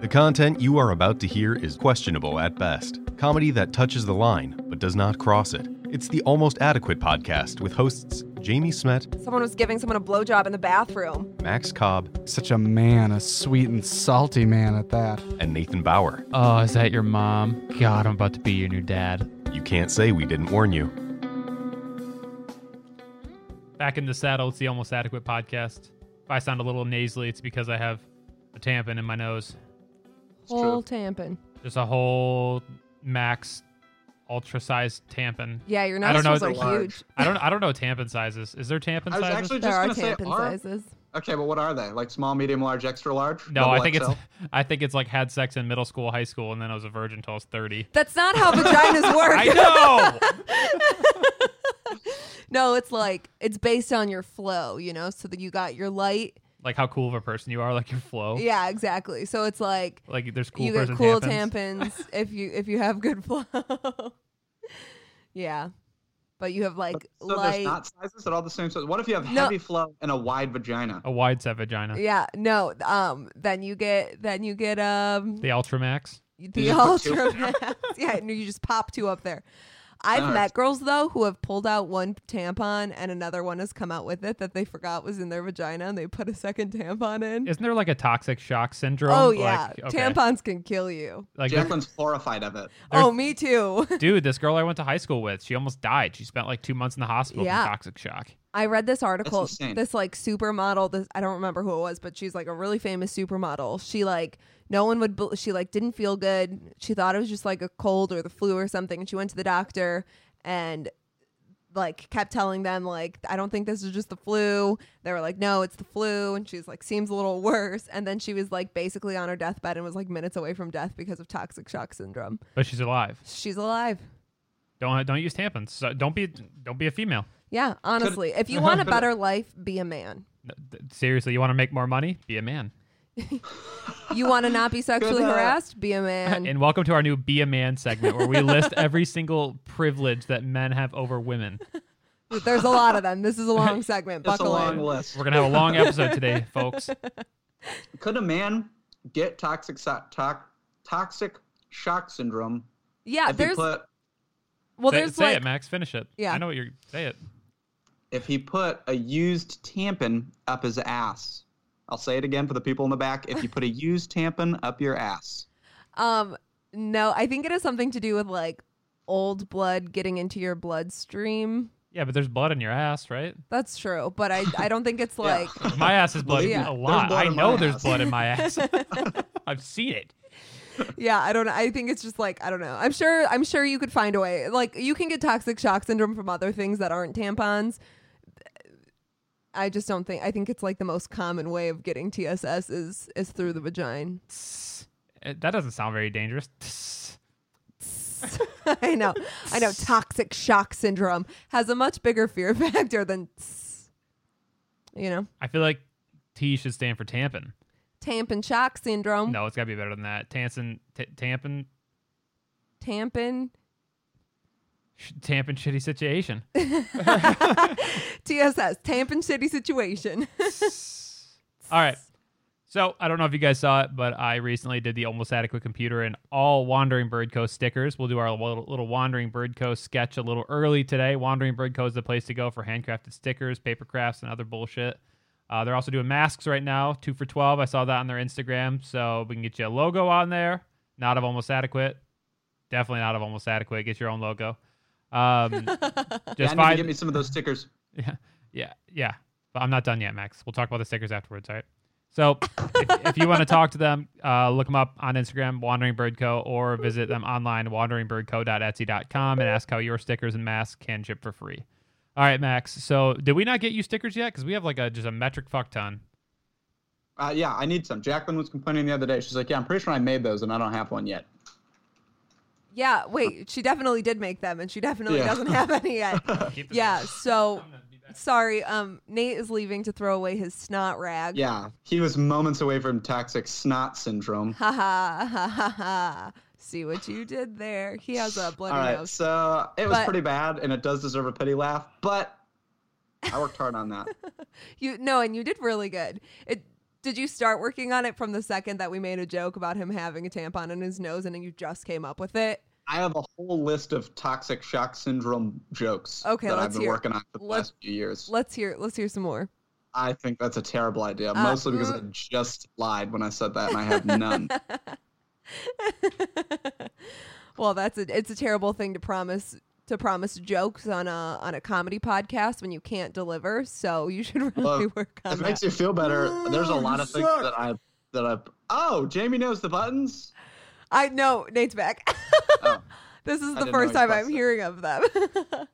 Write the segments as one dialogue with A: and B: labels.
A: The content you are about to hear is questionable at best. Comedy that touches the line, but does not cross it. It's the Almost Adequate podcast with hosts Jamie Smet,
B: Someone was giving someone a blowjob in the bathroom.
A: Max Cobb,
C: Such a man, a sweet and salty man at that.
A: and Nathan Bauer.
D: Oh, is that your mom? God, I'm about to be your new dad.
A: You can't say we didn't warn you.
E: Back in the saddle, it's the Almost Adequate podcast. If I sound a little nasally, it's because I have a tampon in my nose.
B: Whole tampon.
E: Just a whole max ultra sized tampon.
B: Yeah, your
E: I don't
B: nostrils
E: know.
B: are
E: They-
B: huge.
E: I don't I don't know tampon sizes. Is there tampon
F: I was
E: sizes?
F: actually
B: There
F: just
B: are
F: gonna say
B: tampon
F: are-
B: sizes.
F: Okay, but what are they? Like small, medium, large, extra large?
E: no,
F: Double
E: I think
F: XL?
E: it's I think it's like had sex in middle school, high school, and then I was a virgin until I was thirty.
B: That's not how vaginas work.
E: I know.
B: No, it's like it's based on your flow, you know, so that you got your light.
E: like how cool of a person you are, like your flow.
B: Yeah, exactly. So it's like
E: Like there's cool
B: you
E: person
B: get cool
E: tampons.
B: tampons if you if you have good flow. yeah. But you have like
F: So
B: light
F: there's not sizes at all the same size. What if you have
B: No.
F: heavy flow and a wide vagina?
E: A wide set vagina.
B: Yeah, no. Um then you get then you get um
E: The Ultramax.
B: the
F: just put two
B: ultra max. yeah, no, you just pop two up there. I've
F: Nice.
B: met girls though who have pulled out one tampon and another one has come out with it that they forgot was in their vagina and they put a second tampon in.
E: Isn't there like a toxic shock syndrome?
B: oh yeah,
E: Like, okay.
B: tampons can kill you.
E: Like there-
F: Jacqueline's horrified of it.
E: There's-
B: oh, me too.
E: Dude, this girl I went to high school with, she almost died. She spent like two months in the hospital
B: Yeah.
E: from toxic shock.
B: I read this article.
F: insane.
B: This like supermodel. This I don't remember who it was, but she's like a really famous supermodel. She like no one would. bel she like didn't feel good. She thought it was just like a cold or the flu or something. And she went to the doctor and like kept telling them like I don't think this is just the flu. They were like no, it's the flu. And she's like seems a little worse. And then she was like basically on her deathbed and was like minutes away from death because of toxic shock syndrome.
E: But she's alive.
B: She's alive.
E: Don't don't use tampons. So don't be don't be a female.
B: Yeah, honestly, if you want a better life, be a man.
E: Th- th- Seriously, you want to make more money? Be a man.
B: You want to not be sexually
F: Good, uh,
B: harassed? Be a man.
E: And welcome to our new Be a Man segment where we list every single privilege that men have over women.
B: There's a lot of them. This is a long segment.
F: It's a
B: Buckle
F: long
B: in.
F: list.
E: We're going to have a long episode today, folks.
F: Could a man get toxic so- to- toxic shock syndrome
B: Yeah,
F: if he
B: there's
F: put
B: well,
E: say
B: there's
E: say
B: like
E: it, Max. Finish it.
B: Yeah.
E: I know what you're say it.
F: if he put a used tampon up his ass? I'll say it again for the people in the back. If you put a used tampon up your ass,
B: um no, I think it has something to do with like old blood getting into your bloodstream.
E: Yeah, but there's blood in your ass, right?
B: That's true, but I I don't think it's
F: Yeah.
B: like
E: My ass is blood
B: Believe me,
E: a lot.
F: there's blood
E: I
F: in my
E: know there's
F: ass.
E: blood in my ass. I've seen it.
B: yeah, I don't know. I think it's just like I don't know. I'm sure I'm sure you could find a way. Like you can get toxic shock syndrome from other things that aren't tampons. I just don't think I think it's like the most common way of getting TSS is is through the vagina.
E: Eh, That doesn't sound very dangerous.
B: I know. I know. Toxic shock syndrome has a much bigger fear factor than, tss. you know,
E: I feel like T should stand for tampon.
B: tampon shock syndrome.
E: No, it's got to be better than that. Tanson, t- tampon,
B: Tampon
E: sh- tampon, shitty situation.
B: TSS. Tampon shitty situation.
E: all right. So I don't know if you guys saw it, but I recently did the almost adequate computer and all Wandering Bird Coast stickers. We'll do our little, little Wandering Bird Coast sketch a little early today. Wandering Bird Coast is the place to go for handcrafted stickers, paper crafts, and other bullshit. Uh, they're also doing masks right now, two for twelve. I saw that on their Instagram, so we can get you a logo on there. Not of almost adequate, definitely not of almost adequate. Get your own logo. Um,
F: yeah,
E: just
F: I need to
E: find
F: get me some of those stickers.
E: yeah, yeah, yeah. But I'm not done yet, Max. We'll talk about the stickers afterwards, all right? So if, if you want to talk to them, uh, look them up on Instagram, Wandering Bird Co., or visit them online, wanderingbirdco.etsy.com, and ask how your stickers and masks can ship for free. All right, Max. So did we not get you stickers yet? Because we have like a just a metric fuck ton.
F: Uh, yeah, I need some. Jacqueline was complaining the other day. She's like, "Yeah, I'm pretty sure I made those, and I don't have one yet."
B: yeah. Wait. She definitely did make them, and she definitely
F: Yeah.
B: doesn't have any yet.
E: Keep this-
B: yeah. So. Sorry, um, Nate is leaving to throw away his snot rag.
F: Yeah, he was moments away from toxic snot syndrome.
B: Ha ha ha ha ha. See what you did there. He has a bloody
F: All right,
B: nose.
F: so it was
B: But-
F: pretty bad, and it does deserve a pity laugh, but I worked hard on that.
B: You no, and you did really good. It Did you start working on it from the second that we made a joke about him having a tampon in his nose and then you just came up with it?
F: I have a whole list of toxic shock syndrome jokes
B: Okay,
F: that I've
B: let's
F: been
B: hear.
F: working on for the
B: Let-
F: last few years.
B: Let's hear let's hear some more.
F: I think that's a terrible idea,
B: Uh,
F: mostly because I
B: mm.
F: just lied when I said that and I have none.
B: well, that's a, it's a terrible thing to promise to promise jokes on a on a comedy podcast when you can't deliver. So you should really
F: Look,
B: work on
F: if it
B: that.
F: makes you feel better, there's a
C: Ooh,
F: lot
C: you
F: of things
C: suck.
F: that I that I Oh, Jamie knows the buttons?
B: I know Nate's back.
F: Oh,
B: this is the
F: didn't
B: first
F: know
B: time
F: he
B: I'm
F: busted.
B: hearing of them.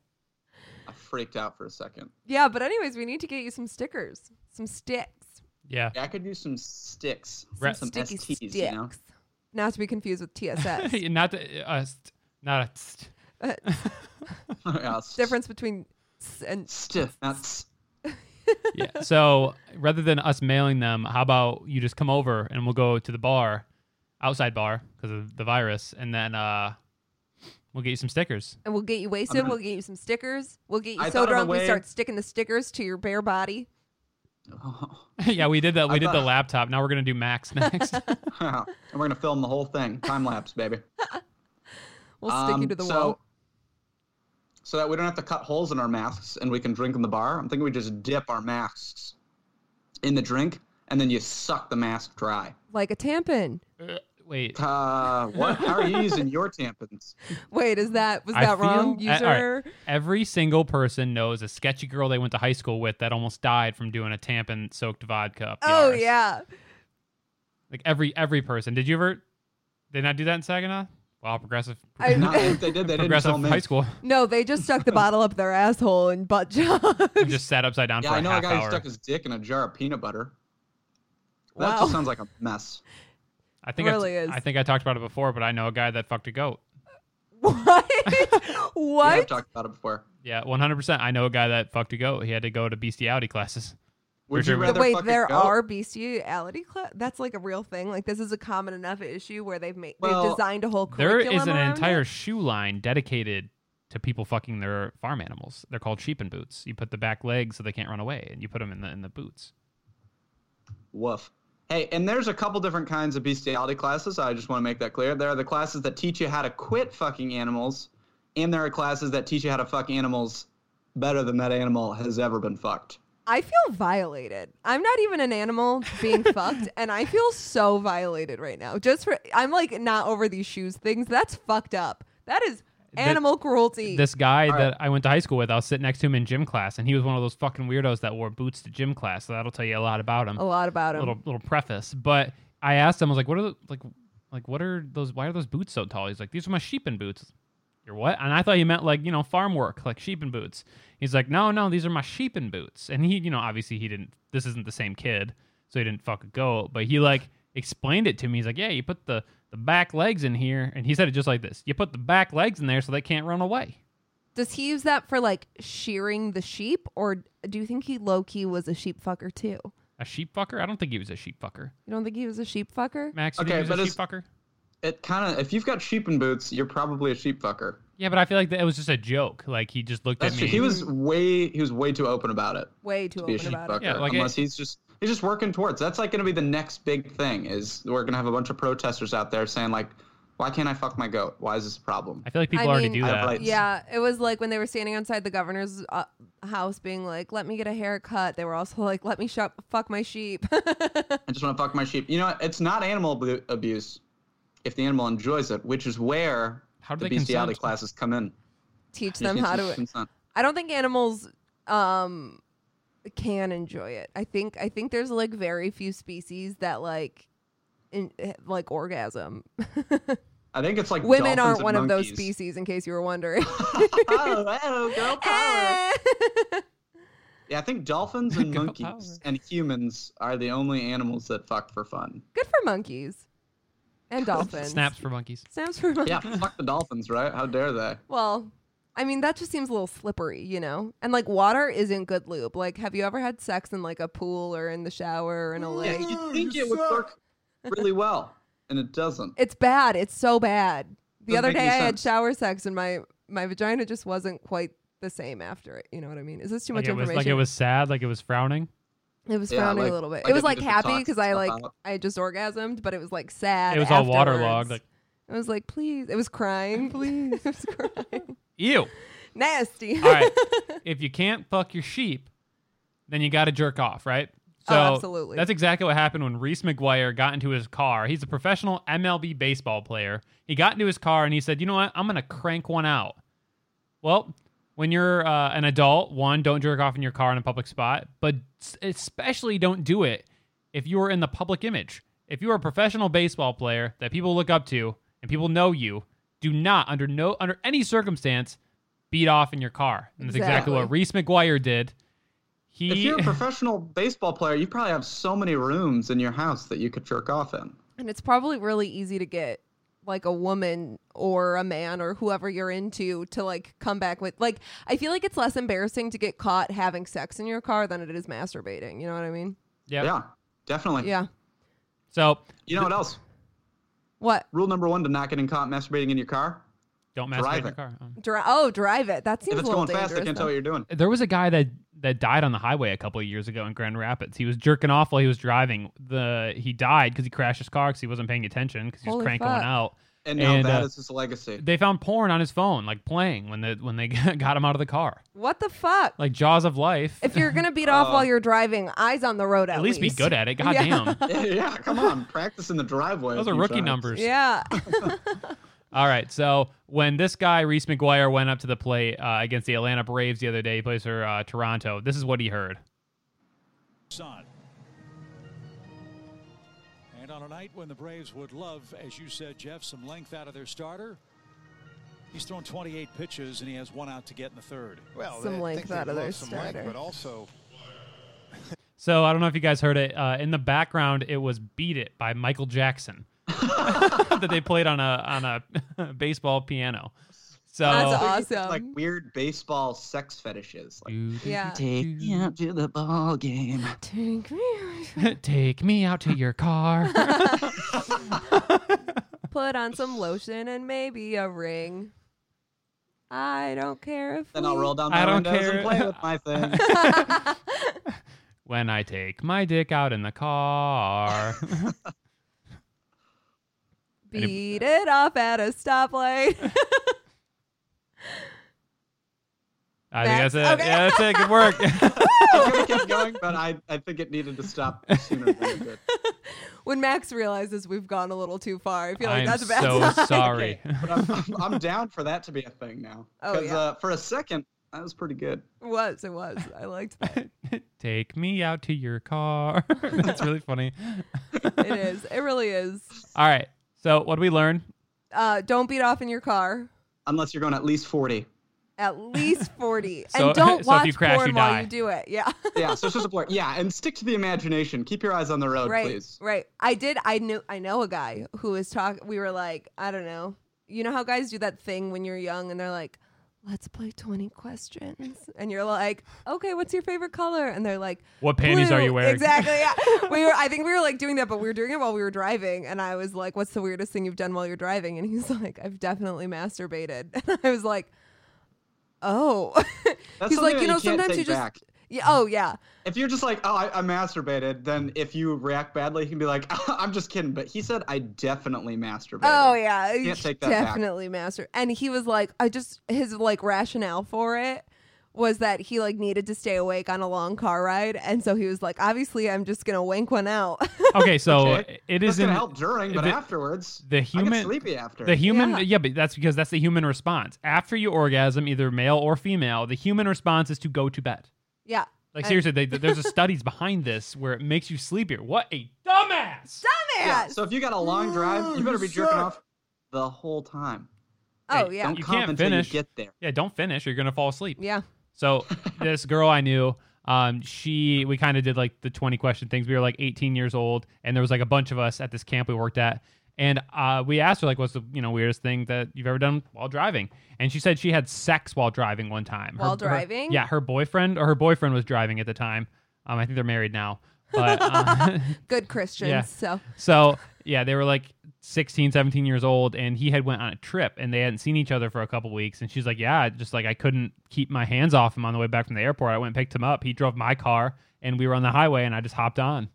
F: I freaked out for a second.
B: yeah, but anyways, we need to get you some stickers, some sticks,
E: Yeah.
F: Yeah, I could use some sticks.
E: Re-
F: some
B: sticky
F: STs,
B: sticks.
F: you know?
B: Not to be confused with TSS.
E: not the, uh, st- not a st-
B: Uh,
F: Yeah,
B: difference between s- and
F: Stiff. That's
E: yeah. So rather than us mailing them, how about you just come over and we'll go to the bar, outside bar because of the virus, and then uh, we'll get you some stickers.
B: and we'll get you wasted.
F: gonna-
B: We'll get you some stickers. We'll get you
F: I
B: so
F: thought of a
B: drunk we
F: way-
B: start sticking the stickers to your bare body.
E: yeah, we did that. We
F: I
E: did the
F: thought-
E: laptop. Now we're gonna do Max next.
F: and we're gonna film the whole thing. Time lapse, baby.
B: We'll stick you
F: Um,
B: to the
F: so,
B: wall.
F: So that we don't have to cut holes in our masks and we can drink in the bar. I'm thinking we just dip our masks in the drink and then you suck the mask dry.
B: like a tampon.
E: Uh, Wait.
F: Uh, what? How are you using your tampons?
B: Wait, is that was
E: I
B: that wrong,
E: feel- I- all right.
B: user?
E: Every single person knows a sketchy girl they went to high school with that almost died from doing a tampon soaked vodka. up the
B: Oh
E: arse.
B: yeah,
E: Like every every person. Did you ever? Did not do that in Saginaw? Wow, progressive.
B: I-
F: Not if they did. They didn't
E: progressive
F: tell me.
E: high school.
B: no, they just stuck the bottle up their asshole and butt
E: and
B: jobs.
E: just sat upside down
F: Yeah,
E: for
F: I know a
E: half
F: guy who
E: hour.
F: stuck his dick in a jar of peanut butter. That
B: Wow.
F: just sounds like a mess.
E: I think I-
B: really is.
E: I think I talked about it before, but I know a guy that fucked a goat.
B: what?
F: We have
B: what?
F: talked about it before.
E: Yeah, one hundred percent. I know a guy that fucked a goat. He had to go to bestiality classes.
F: Would
E: sure
F: you
E: we-
F: rather
B: Wait,
F: fuck a
B: there
F: goat?
B: are bestiality cla That's like a real thing. Like this is a common enough issue where they've made they've
F: Well,
B: designed a whole
E: There
B: curriculum.
E: is an
B: around
E: entire
B: it.
E: shoe line dedicated to people fucking their farm animals. They're called sheep and boots. You put the back legs so they can't run away, and you put them in the in the boots.
F: Woof. Hey, and there's a couple different kinds of bestiality classes. I just want to make that clear. There are the classes that teach you how to quit fucking animals, and there are classes that teach you how to fuck animals better than that animal has ever been fucked.
B: I feel violated. I'm not even an animal being fucked, and I feel so violated right now. Just for I'm like not over these shoes things. That's fucked up. That is animal cruelty.
E: This guy
F: right.
E: that I went to high school with, I was sitting next to him in gym class, and he was one of those fucking weirdos that wore boots to gym class. So that'll tell you a lot about him.
B: a lot about him.
F: Um,
E: little little preface. But I asked him, I was like, "What are the, like like what are those? Why are those boots so tall?" He's like, "These are my sheep and boots." Your what? And I thought he meant like you know farm work, like sheep and boots. He's like, "No, no, these are my sheep and boots." And he, you know, obviously he didn't. This isn't the same kid, so he didn't fuck a goat. But he like explained it to me. He's like, "Yeah, you put the the back legs in here," and he said it just like this: "You put the back legs in there so they can't run away."
B: Does he use that for like shearing the sheep, or do you think he low key was a sheep fucker too?
E: A sheep fucker? I don't think he was a sheep fucker.
B: You don't think he was a sheep fucker?
E: Max, you think
F: Okay,
E: he was
F: but
E: a
F: it's-
E: sheep fucker?
F: It kind of, if you've got sheep in boots, you're probably a sheep fucker.
E: Yeah, but I feel like that it was just a joke. Like he just looked
F: That's
E: at
F: true.
E: me.
F: He was way, he was way too open about it
B: Way too
F: to be a
B: open
F: sheep
B: about
F: fucker.
B: it.
E: Yeah, like
F: unless
E: it-
F: he's just, he's just working towards. That's like going to be the next big thing. Is we're going to have a bunch of protesters out there saying like, "Why can't I fuck my goat? Why is this a problem?"
E: I feel like people
B: I
E: already
B: mean-
E: do
F: I
E: that.
F: have rights.
B: Yeah, it was like when they were standing outside the governor's uh, house, being like, "Let me get a haircut." They were also like, "Let me shop, fuck my sheep."
F: I just want to fuck my sheep. You know, what? it's not animal abu- abuse if the animal enjoys it, which is where
E: How do
F: the
E: they
F: bestiality
E: consent?
F: classes come in.
B: Teach
F: You
B: them
F: can't
B: how
F: teach
B: to.
F: consent.
B: I don't think animals um can enjoy it. I think I think there's like very few species that like in, eh, like orgasm.
F: I think it's like
B: Women
F: dolphins
B: aren't
F: and
B: one of those
F: monkeys.
B: species in case you were wondering.
F: oh, oh, girl
B: Eh.
F: power. yeah, I think dolphins and
E: Girl
F: monkeys
E: power.
F: and humans are the only animals that fuck for fun.
B: Good for monkeys and dolphins.
E: Snaps for monkeys.
B: Snaps for monkeys.
F: Yeah, fuck the dolphins, right? How dare they?
B: Well, I mean that just seems a little slippery, you know. And like water isn't good lube. Like, have you ever had sex in like a pool or in the shower or in a
F: Mm, Yeah,
B: lake?
F: you think it would work really well, and it doesn't.
B: It's bad. It's so bad. The
F: Doesn't
B: other
F: make
B: day I
F: any
B: had
F: sense.
B: shower sex and my my vagina just wasn't quite the same after it. You know what I mean? Is this too
E: Like
B: much
E: it was
B: information?
E: like it was sad, like it was frowning.
B: It was
F: Yeah,
B: frowning
F: like-
B: a little bit.
F: like
B: it was
F: if you
B: like
F: just were
B: happy
F: talking
B: because I like
F: stuff out.
B: I just orgasmed, but it was like sad.
E: It was all
B: afterwards.
E: waterlogged. Like,
B: it was like please. It was crying. Please, it was crying.
E: ew.
B: Nasty.
E: All right. if you can't fuck your sheep, then you got to jerk off, right?
B: Oh, absolutely.
E: That's exactly what happened when Reese McGuire got into his car. He's a professional MLB baseball player. He got into his car and he said, "You know what? I'm gonna crank one out." Well, when you're uh, an adult, one, don't jerk off in your car in a public spot, but s- especially don't do it if you are in the public image. If you are a professional baseball player that people look up to and people know you, do not under no under any circumstance beat off in your car. And that's
B: Exactly.
E: exactly, what Reese McGuire did. He
F: If you're a professional baseball player, you probably have so many rooms in your house that you could jerk off in.
B: and it's probably really easy to get like a woman or a man or whoever you're into to like come back with like I feel like it's less embarrassing to get caught having sex in your car than it is masturbating. You know what I mean?
E: Yep.
F: Yeah, definitely.
B: Yeah.
E: So
F: You know what else?
B: What?
F: Rule number one to not getting caught masturbating in your car.
E: don't masturbate in
F: Driving.
E: your car. Um,
B: Dri- oh, drive it. That seems
F: If it's
B: a little
F: going fast, they
B: dangerous,
F: can't tell
B: though.
F: what you're doing.
E: there was a guy that that died on the highway a couple of years ago in Grand Rapids. He was jerking off while he was driving. The he died because he crashed his car because he wasn't paying attention because he was
B: Holy
E: cranking
B: fuck.
E: one out.
F: And now
E: And,
F: that
E: uh,
F: is his legacy.
E: They found porn on his phone, like playing when the when they got him out of the car,
B: What the fuck?
E: like Jaws of Life.
B: If you're gonna beat
F: Uh,
B: off while you're driving, eyes on the road. At,
E: at least be good at it. God
B: Yeah.
E: damn,
F: yeah, come on, practice in the driveway.
E: those
F: a
E: are
F: few
E: rookie
F: times.
E: numbers.
B: Yeah.
E: All right. So when this guy Reese McGuire went up to the plate uh, against the Atlanta Braves the other day, he plays for uh, Toronto. This is what he heard.
G: Son. And on a night when the Braves would love, as you said, Jeff, some length out of their starter, he's thrown 28 pitches and he has one out to get in the third.
H: Well,
B: Some
H: I
B: length
H: think they
B: out of their
H: love some length,
B: starter.
H: But also,
E: So I don't know if you guys heard it. Uh, in the background, it was "Beat It" by Michael Jackson that they played on a on a baseball piano. So
B: That's awesome.
F: Like weird baseball sex fetishes. Like,
B: yeah.
F: take me out to the ball game.
B: Take me-
E: take me out to your car.
B: Put on some lotion and maybe a ring. I don't care if
F: Then I'll
B: we-
F: roll down
E: I
F: my
E: don't
F: windows
E: care.
F: and play with my thing.
E: when I take my dick out in the car.
B: beat it off at a stoplight.
E: I think
B: That's-
E: that's it.
B: okay.
E: Yeah, that's it. Good work.
F: I could have kept going, but I, I think it needed to stop sooner than it did.
B: when Max realizes we've gone a little too far, I feel like
E: I'm
B: that's a bad
E: so
B: sign.
E: sorry.
F: But I'm, I'm- I'm down for that to be a thing now.
B: Oh,
F: 'Cause,
B: yeah.
F: uh, for a second, that was pretty good.
B: It was. It was. I liked that.
E: take me out to your car. that's really funny.
B: it is. It really is.
E: All right. So what do we learn?
B: Uh, don't beat off in your car.
F: Unless you're going at least 40.
B: At least 40.
E: So-
B: and don't
E: so if
B: watch
E: you crash,
B: porn
E: you
B: while
E: die.
B: you do it. Yeah.
F: Yeah, social support. Yeah, and stick to the imagination. Keep your eyes on the road,
B: right.
F: Oh, please.
B: Right. I did I knew I know a guy who was talk we were like, I don't know. You know how guys do that thing when you're young and they're like, "Let's play 20 questions." And you're like, "Okay, what's your favorite color?" And they're like,
E: What panties are
B: blue.
E: you wearing?
B: Exactly. Yeah. we were I think we were like doing that, but we were doing it while we were driving and I was like, "What's the weirdest thing you've done while you're driving?" And he's like, "I've definitely masturbated." And I was like, "Oh."
F: That's
B: he's
F: something
B: like,
F: that
B: "You know,
F: can't
B: sometimes
F: take
B: you just
F: back.
B: Yeah, oh yeah.
F: If you're just like, oh, I, I masturbated, then if you react badly, you can be like, I'm just kidding. But he said, I definitely masturbated.
B: Oh yeah,
F: Can't
B: he
F: take that back.
B: definitely master. And he was like, I just his like rationale for it was that he like needed to stay awake on a long car ride, and so he was like, obviously, I'm just gonna wank one out.
E: Okay. So
F: Okay.
E: it
F: That's
E: is in
F: gonna help during, but
E: the-
F: afterwards,
E: the
F: I
E: human-
F: get sleepy after.
E: The human,
B: Yeah.
E: yeah. but that's because that's the human response. After you orgasm, either male or female, the human response is to go to bed.
B: yeah,
E: Like
B: I-
E: seriously, they, there's a studies behind this where it makes you sleepier. What a dumbass!
F: yeah.
B: dumbass.
F: So if you got a long drive, you better be jerking off the whole time.
B: oh yeah,
F: Don't
E: You
F: come
E: can't
F: until
E: finish.
F: you get there.
E: Yeah, don't finish. You're gonna fall asleep.
B: yeah.
E: So this girl I knew, um, she we kind of did like the 20 question things. We were like 18 years old, and there was like a bunch of us at this camp we worked at, and uh, we asked her like, "What's the you know weirdest thing that you've ever done while driving?" And she said she had sex while driving one time. Her-
B: While
E: her-
B: driving?
E: yeah, her boyfriend or her boyfriend was driving at the time. Um, I think they're married now, but. Uh,
B: Good Christians.
E: Yeah.
B: So
E: So yeah, they were like 16, 17 years old, and he had went on a trip, and they hadn't seen each other for a couple weeks. And she's like, "Yeah, just like I couldn't keep my hands off him on the way back from the airport. I went and picked him up. He drove my car, and we were on the highway, and I just hopped on,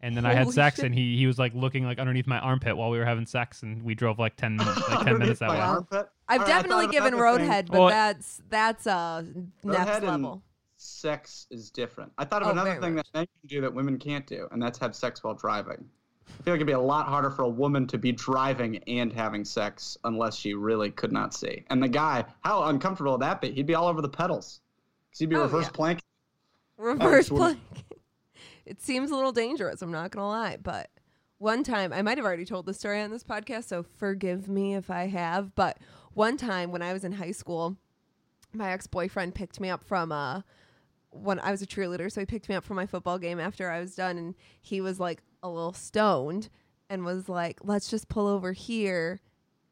E: and then I had
B: Holy
E: sex,
B: shit.
E: and he he was like looking like underneath my armpit while we were having sex, and we drove like ten minutes, like ten minutes that
F: Underneath my
E: way.
F: armpit.
B: I've
F: All right, I
B: definitely
F: thought of
B: given
F: another thing.
B: Roadhead, but
E: Well,
B: that's that's uh next
F: Roadhead and
B: level.
F: Sex is different. I thought of
B: Oh,
F: another
B: very
F: thing
B: much.
F: that men can do that women can't do, and that's have sex while driving. I feel like it'd be a lot harder for a woman to be driving and having sex unless she really could not see. And the guy, how uncomfortable would that be? He'd be all over the pedals. 'Cause he'd be
B: Oh,
F: reverse
B: yeah.
F: plank.
B: Reverse
F: Oh, it's
B: plank. it seems a little dangerous, I'm not gonna lie, but one time I might have already told the story on this podcast, so forgive me if I have, but one time when I was in high school, my ex boyfriend picked me up from uh when I was a cheerleader, so he picked me up from my football game after I was done and he was like a little stoned and was like, Let's just pull over here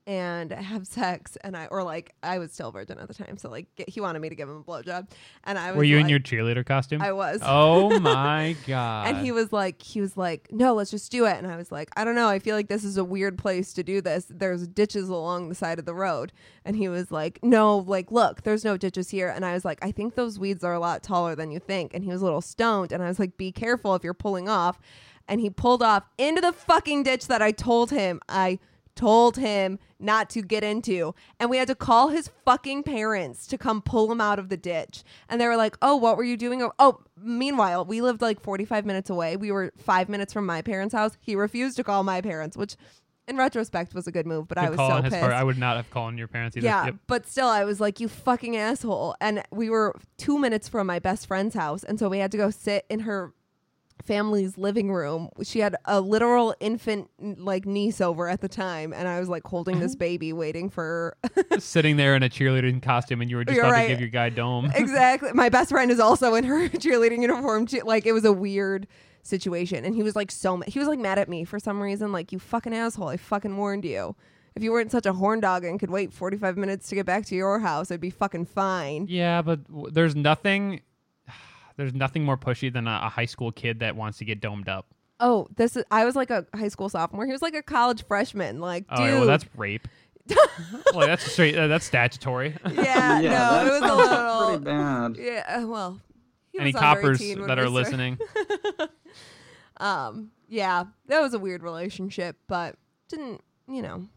B: and have sex and I or like I was still a virgin at the time, so like he wanted me to give him a blowjob and I was
E: Were you in
B: like-
E: your cheerleader costume?
B: I was.
E: Oh my god!
B: And he was like, he was like, no, let's just do it. And I was like, I don't know. I feel like this is a weird place to do this. There's ditches along the side of the road. And he was like, no, like, look, there's no ditches here. And I was like, I think those weeds are a lot taller than you think. And he was a little stoned. And I was like, be careful if you're pulling off. And he pulled off into the fucking ditch that I told him I told him not to get into. And we had to call his fucking parents to come pull him out of the ditch. And they were like, oh, what were you doing? o- Oh, meanwhile, we lived like 45 minutes away. We were five minutes from my parents' house. He refused to call my parents, which in retrospect was a good move, but I
E: Good
B: was
E: call
B: so
E: on his
B: pissed.
E: part. I would not have called on your parents either.
B: Yeah,
E: Yep.
B: but still, I was like, "You fucking asshole!" And we were two minutes from my best friend's house, and so we had to go sit in her family's living room. She had a literal infant like niece over at the time, and I was like holding this baby, waiting for
E: sitting there in a cheerleader costume, and you were just
B: You're
E: about
B: right.
E: to give your guy dome.
B: exactly. My best friend is also in her cheerleading uniform. She- Like it was a weird situation, and he was like so ma- he was like mad at me for some reason. Like you fucking asshole! I fucking warned you. If you weren't such a horn dog and could wait 45 minutes to get back to your house, it'd be fucking fine.
E: Yeah, but w- there's nothing. There's nothing more pushy than a, a high school kid that wants to get domed up.
B: Oh, this is. I was like a high school sophomore. He was like a college freshman. Like, dude.
E: Oh, well, that's rape. like that's straight. Uh, that's statutory.
B: yeah,
F: Yeah,
B: Uh, no, it was a
F: that's
B: little.
F: pretty bad.
B: Yeah, uh, well. He
E: Any
B: was
E: coppers
B: under 18 when
E: that
B: we
E: are
B: started.
E: listening?
B: Um, yeah, that was a weird relationship, but didn't you know?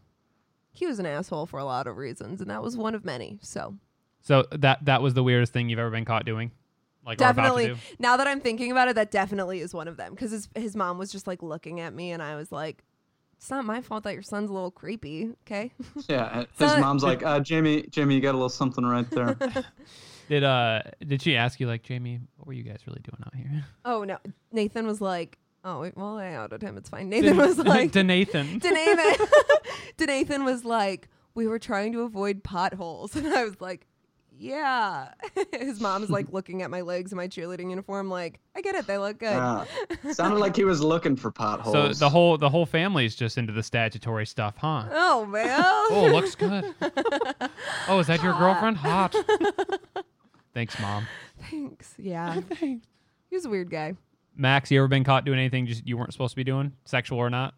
B: He was an asshole for a lot of reasons, and that was one of many. So
E: So that that was the weirdest thing you've ever been caught doing. Like or about to
B: definitely,
E: do?
B: now that I'm thinking about it, that definitely is one of them. Because his his mom was just like looking at me, and I was like, "It's not my fault that your son's a little creepy." Okay.
F: Yeah, his
B: So-
F: mom's like, uh, Jamie, Jamie, you got a little something right there.
E: Did uh did she ask you like Jamie? What were you guys really doing out here?
B: Oh no, Nathan was like, "Oh wait, well, I outed him. It's fine." Nathan was like,
E: to Nathan.
B: to Nathan, to Nathan was like, "We were trying to avoid potholes," and I was like, "Yeah." His mom is like looking at my legs in my cheerleading uniform, like, "I get it. They look good."
F: Yeah. Sounded like he was looking for potholes.
E: So the whole the whole family's just into the statutory stuff, huh?
B: Oh
E: Oh,
B: man.
E: looks good. oh, is that your girlfriend? Hot. Thanks, mom.
B: Thanks. Yeah. He was a weird guy.
E: Max, you ever been caught doing anything just you weren't supposed to be doing, sexual or not?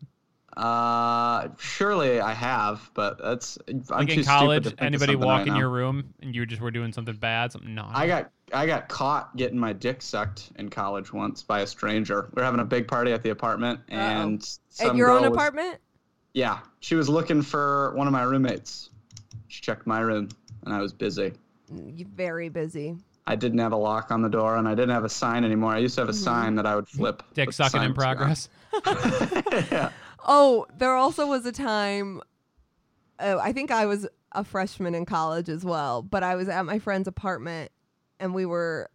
F: Uh, surely I have, but that's I'm
E: Like
F: too
E: in
F: stupid to
E: college,
F: think of
E: anybody
F: something
E: walk
F: right
E: in
F: now.
E: your room and you just were doing something bad, something not.
F: I got I got caught getting my dick sucked in college once by a stranger. We were having a big party at the apartment, and some
B: At your own
F: girl was-
B: apartment?
F: yeah, she was looking for one of my roommates. She checked my room, and I was busy.
B: You're Mm, very busy.
F: I didn't have a lock on the door, and I didn't have a sign anymore. I used to have a
B: Mm-hmm.
F: sign that I would flip.
E: dick
F: but the
E: sucking
F: sign
E: in
F: was gone.
E: progress.
B: Oh, there also was a time. Oh, I think I was a freshman in college as well, but I was at my friend's apartment, and we were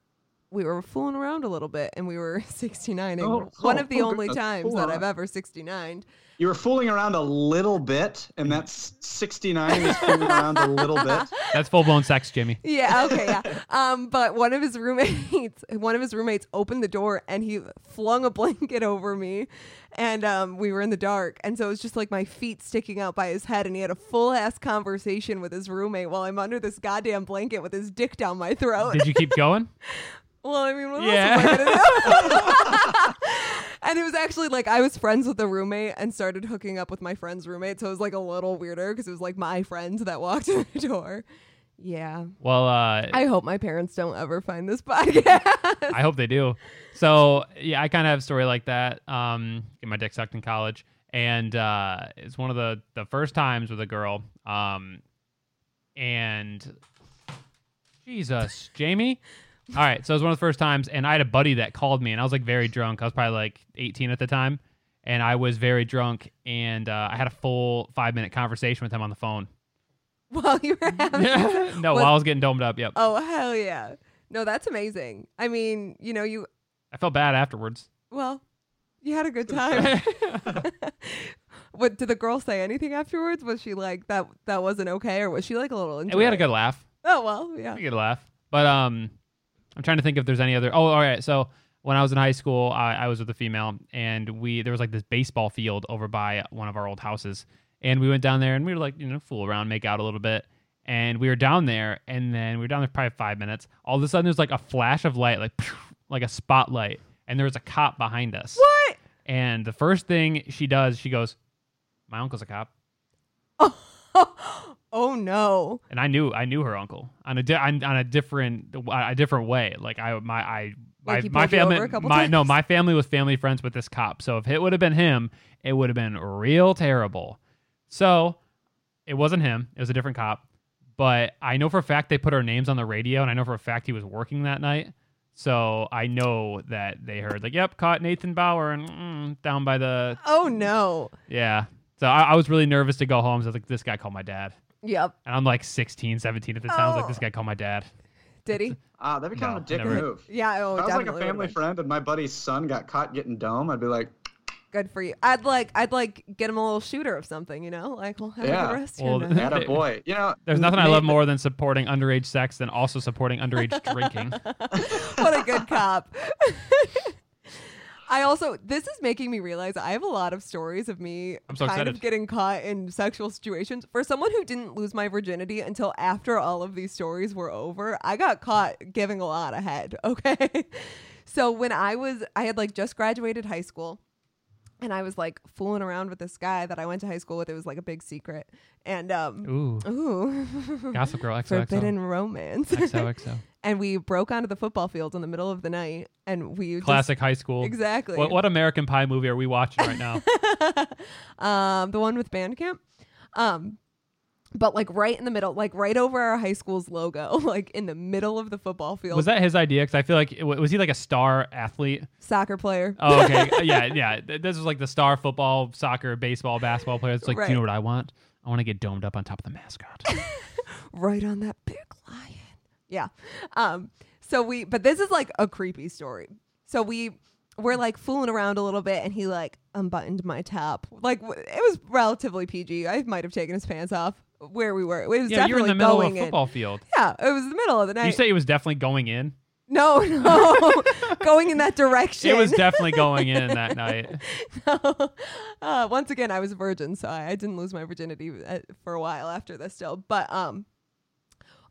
B: we were fooling around a little bit, and we were 69ing.
F: Oh,
B: One
F: oh,
B: of the
F: oh,
B: only
F: goodness.
B: times
F: Hold
B: that
F: on.
B: I've ever 69'd.
F: You were fooling around a little bit, and that's 69 is fooling around a little bit.
E: That's full blown sex, Jimmy.
B: Yeah, okay, yeah. Um, but one of his roommates, one of his roommates opened the door and he flung a blanket over me, and um, we were in the dark, and so it was just like my feet sticking out by his head, and he had a full ass conversation with his roommate while I'm under this goddamn blanket with his dick down my throat.
E: Did you keep going?
B: well, I mean, what
E: Yeah.
B: else am I gonna do? And it was actually like I was friends with the roommate and started hooking up with my friend's roommate, so it was like a little weirder because it was like my friend that walked in the door. Yeah.
E: Well, uh,
B: I hope my parents don't ever find this podcast.
E: I hope they do. So yeah, I kind of have a story like that. Um, get my dick sucked in college, and uh, it's one of the the first times with a girl. Um, and Jesus, Jamie. All right, so it was one of the first times, and I had a buddy that called me, and I was like very drunk. I was probably like 18 at the time, and I was very drunk, and uh, I had a full five minute conversation with him on the phone.
B: While you were having
E: no,
B: What-
E: while I was getting domed up. Yep,
B: Oh hell yeah. No, that's amazing. I mean, you know, you
E: I felt bad afterwards.
B: well, you had a good time. what did the girl say anything afterwards? Was she like that that wasn't okay or was she like a little into
E: And we had
B: it?
E: a good laugh.
B: Oh well, yeah.
E: I get a laugh. But um, I'm trying to think if there's any other. Oh, all right. So when I was in high school, I, I was with a female, and we there was like this baseball field over by one of our old houses, and we went down there and we were like you know fool around, make out a little bit, and we were down there, and then we were down there probably five minutes. All of a sudden, there's like a flash of light, like like a spotlight, and there was a cop behind us.
B: What?
E: And the first thing she does, she goes, "My uncle's a cop."
B: oh no.
E: and I knew I knew her uncle on a di- on, on a different a different way. Like I my I
B: Like
E: my,
B: he
E: my
B: pulled you
E: family
B: over a couple
E: my no
B: times?
E: my family was family friends with this cop. So if it would have been him, it would have been real terrible. So it wasn't him. It was a different cop. But I know for a fact they put our names on the radio, and I know for a fact he was working that night. So I know that they heard like, "Yep, caught Nathan Bauer and mm, down by the
B: Oh no.
E: yeah." So I, I was really nervous to go home. So I was like, "This guy called my dad."
B: Yep.
E: And I'm like 16, 17 at the time. I was like,
B: Oh.
E: this guy called my dad.
B: Did he?
F: Ah, that'd be kind of
E: No,
F: a dick
E: never.
F: move.
B: Yeah, oh
F: if I was like
B: definitely.
F: a
B: would've
F: family
B: been.
F: friend and my buddy's son got caught getting dome, I'd be like,
B: Good for you. I'd like I'd like get him a little shooter of something, you know? Like, well, have a
F: Yeah.
B: good rest of
E: Well,
B: your night.
F: "That a boy." You know,
B: Mm,
E: There's nothing I love
F: Nathan-
E: more than supporting underage sex than also supporting underage drinking.
B: what a good cop. I also this is making me realize I have a lot of stories of me
E: I'm so
B: kind
E: excited.
B: of getting caught in sexual situations. For someone who didn't lose my virginity until after all of these stories were over, I got caught giving a lot of head, okay? so when I was I had like just graduated high school and I was like fooling around with this guy that I went to high school with. It was like a big secret. And um
E: Ooh,
B: ooh.
E: Gossip Girl
B: Forbidden
E: XOXO.
B: romance
E: XOXO.
B: and we broke onto the football field in the middle of the night and we just-
E: Classic high school.
B: exactly
E: What, what American Pie movie are we watching right now?
B: um the one with bandcamp um but like right in the middle like right over our high school's logo like in the middle of the football field
E: was that his idea? Because I feel like, was he like a star athlete?
B: soccer player
E: Oh, okay. yeah, yeah. Th- This was like the star football, soccer, baseball, basketball player. It's like, do you know
B: Right.
E: what I want? I want to get domed up on top of the mascot.
B: right on that big lion yeah um so we but this is like a creepy story so we we're like fooling around a little bit and he like unbuttoned my top like w- it was relatively pg i might have taken his pants off where we were it was
E: yeah,
B: definitely
E: you're in the middle
B: going
E: of a
B: in.
E: football field.
B: Yeah, it was the middle of the night.
E: you say it was definitely going in?
B: no, no, going in that direction.
E: It was definitely going in that night.
B: no. Uh, once again, I was a virgin, so I, I didn't lose my virginity uh, for a while after this. Still, but um,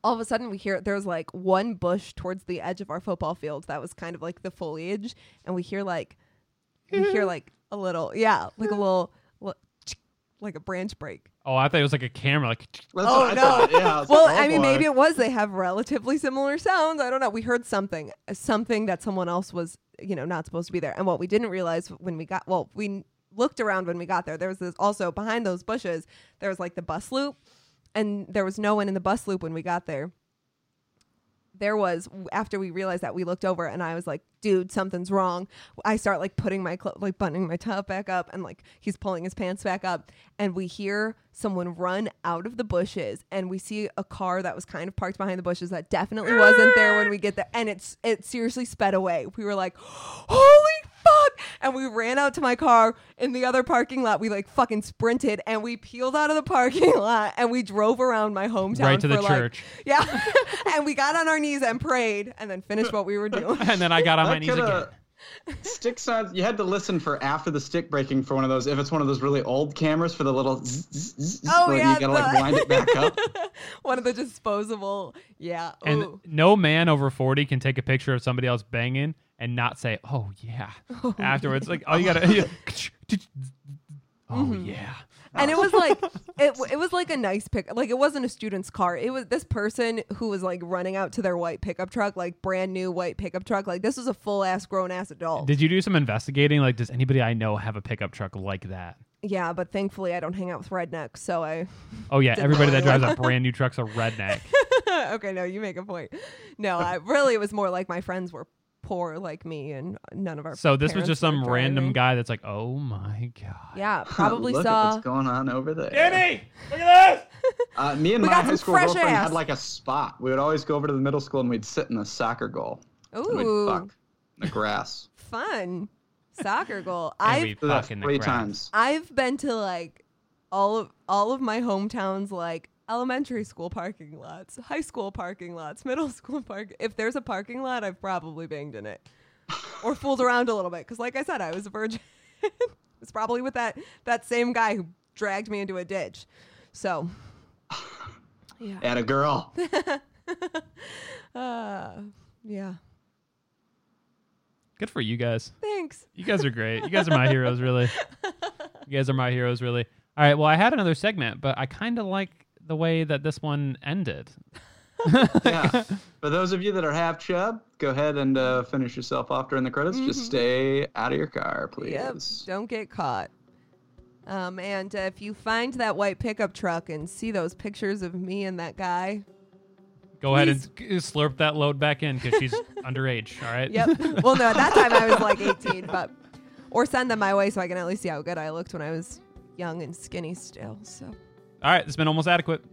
B: all of a sudden we hear there's like one bush towards the edge of our football field that was kind of like the foliage, and we hear like we hear like a little yeah, like a little li- like a branch break.
E: Oh, I thought it was like a camera. Like,
F: That's
B: Oh,
F: what I
B: no.
F: thought. Yeah, I was
B: Well,
F: like, "Oh,
B: I mean,
F: boy."
B: maybe it was. They have relatively similar sounds. I don't know. We heard something, something that someone else was, you know, not supposed to be there. And what we didn't realize when we got, well, we looked around when we got there. There was this also behind those bushes. There was like the bus loop, and there was no one in the bus loop when we got there. There was after we realized that we looked over and I was like, "Dude, something's wrong." I start like putting my clo- like buttoning my top back up and like he's pulling his pants back up and we hear someone run out of the bushes and we see a car that was kind of parked behind the bushes that definitely wasn't there when we get there and it's it seriously sped away. We were like, "Holy fuck!" And we ran out to my car in the other parking lot. We like fucking sprinted and we peeled out of the parking lot and we drove around my hometown
E: Right to the
B: for, like-
E: church.
B: yeah, and we got on our knees and prayed and then finished what we were doing.
E: and then I got on
F: That
E: my knees
F: coulda-
E: again.
F: Stick sounds. You had to listen for after the stick breaking for one of those. If it's one of those really old cameras for the little. zzz, zzz, zzz,
B: Oh,
F: where
B: yeah,
F: You gotta like
B: the-
F: wind it back up.
B: One of the disposable, yeah.
E: And
B: ooh.
E: no man over 40 can take a picture of somebody else banging
B: Oh,
E: and not say, oh, yeah. Afterwards, like, all you gotta.
D: Oh
B: Mm-hmm.
D: yeah.
B: and it was like it, it was like a nice pick like it wasn't a student's car it was this person who was like running out to their white pickup truck like brand new white pickup truck like this was a full ass grown ass adult
E: Did you do some investigating? Like, does anybody I know have a pickup truck like that?
B: yeah but thankfully i don't hang out with rednecks so i
E: Oh yeah, everybody that drives a brand new truck's a redneck.
B: okay no you make a point no i really it was more like my friends were poor like me and none of our
E: So this was
B: parents
E: just
B: were
E: some random
B: driving.
E: guy that's like, oh my god.
B: yeah probably
F: Look at
B: saw
F: what's going on over there.
E: Look at this!
F: Uh, me and
B: We
F: my
B: got
F: high
B: some
F: school
B: fresh
F: girlfriend
B: ass.
F: had like a spot. We would always go over to the middle school and we'd sit in the soccer goal.
B: Ooh.
F: And We'd fuck in the grass.
B: fun soccer goal
E: And
B: i've
E: we
F: Did that
E: fucking the
F: three
E: crap.
F: times.
B: I've been to like all of all of my hometowns like elementary school parking lots, high school parking lots, middle school park. If there's a parking lot, I've probably banged in it or fooled around a little bit cuz like I said I was a virgin. it's probably with that that same guy who dragged me into a ditch. So,
F: At a girl.
B: uh yeah.
E: Good for you guys.
B: Thanks.
E: You guys are great. You guys are my heroes, really. You guys are my heroes, really. All right. Well, I had another segment, but I kind of like the way that this one ended.
F: yeah. For those of you that are half chub, go ahead and uh, finish yourself off during the credits. Just stay out of your car, please.
B: Yep. Don't get caught. Um, and uh, if you find that white pickup truck and see those pictures of me and that guy,
E: Go ahead and g- uh, slurp that load back in because she's underage. All right.
B: Yep. Well, no, at that time I was like 18, but or send them my way so I can at least see how good I looked when I was young and skinny still. So
E: All right. It's been almost adequate.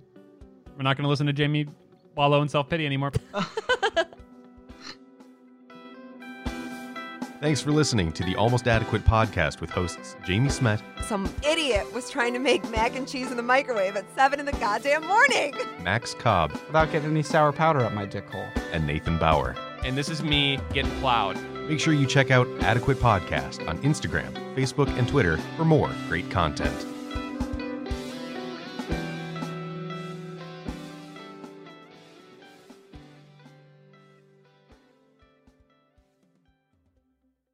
E: We're not going to listen to Jamie wallow in self pity anymore.
A: Thanks for listening to the Almost Adequate podcast with hosts Jamie Smet
B: some idiot was trying to make mac and cheese in the microwave at seven in the goddamn morning.
A: Max Cobb,
C: Without getting any sour powder up my dick hole.
A: and Nathan Bauer.
E: And this is me getting plowed.
A: Make sure you check out Adequate Podcast on Instagram, Facebook, and Twitter for more great content.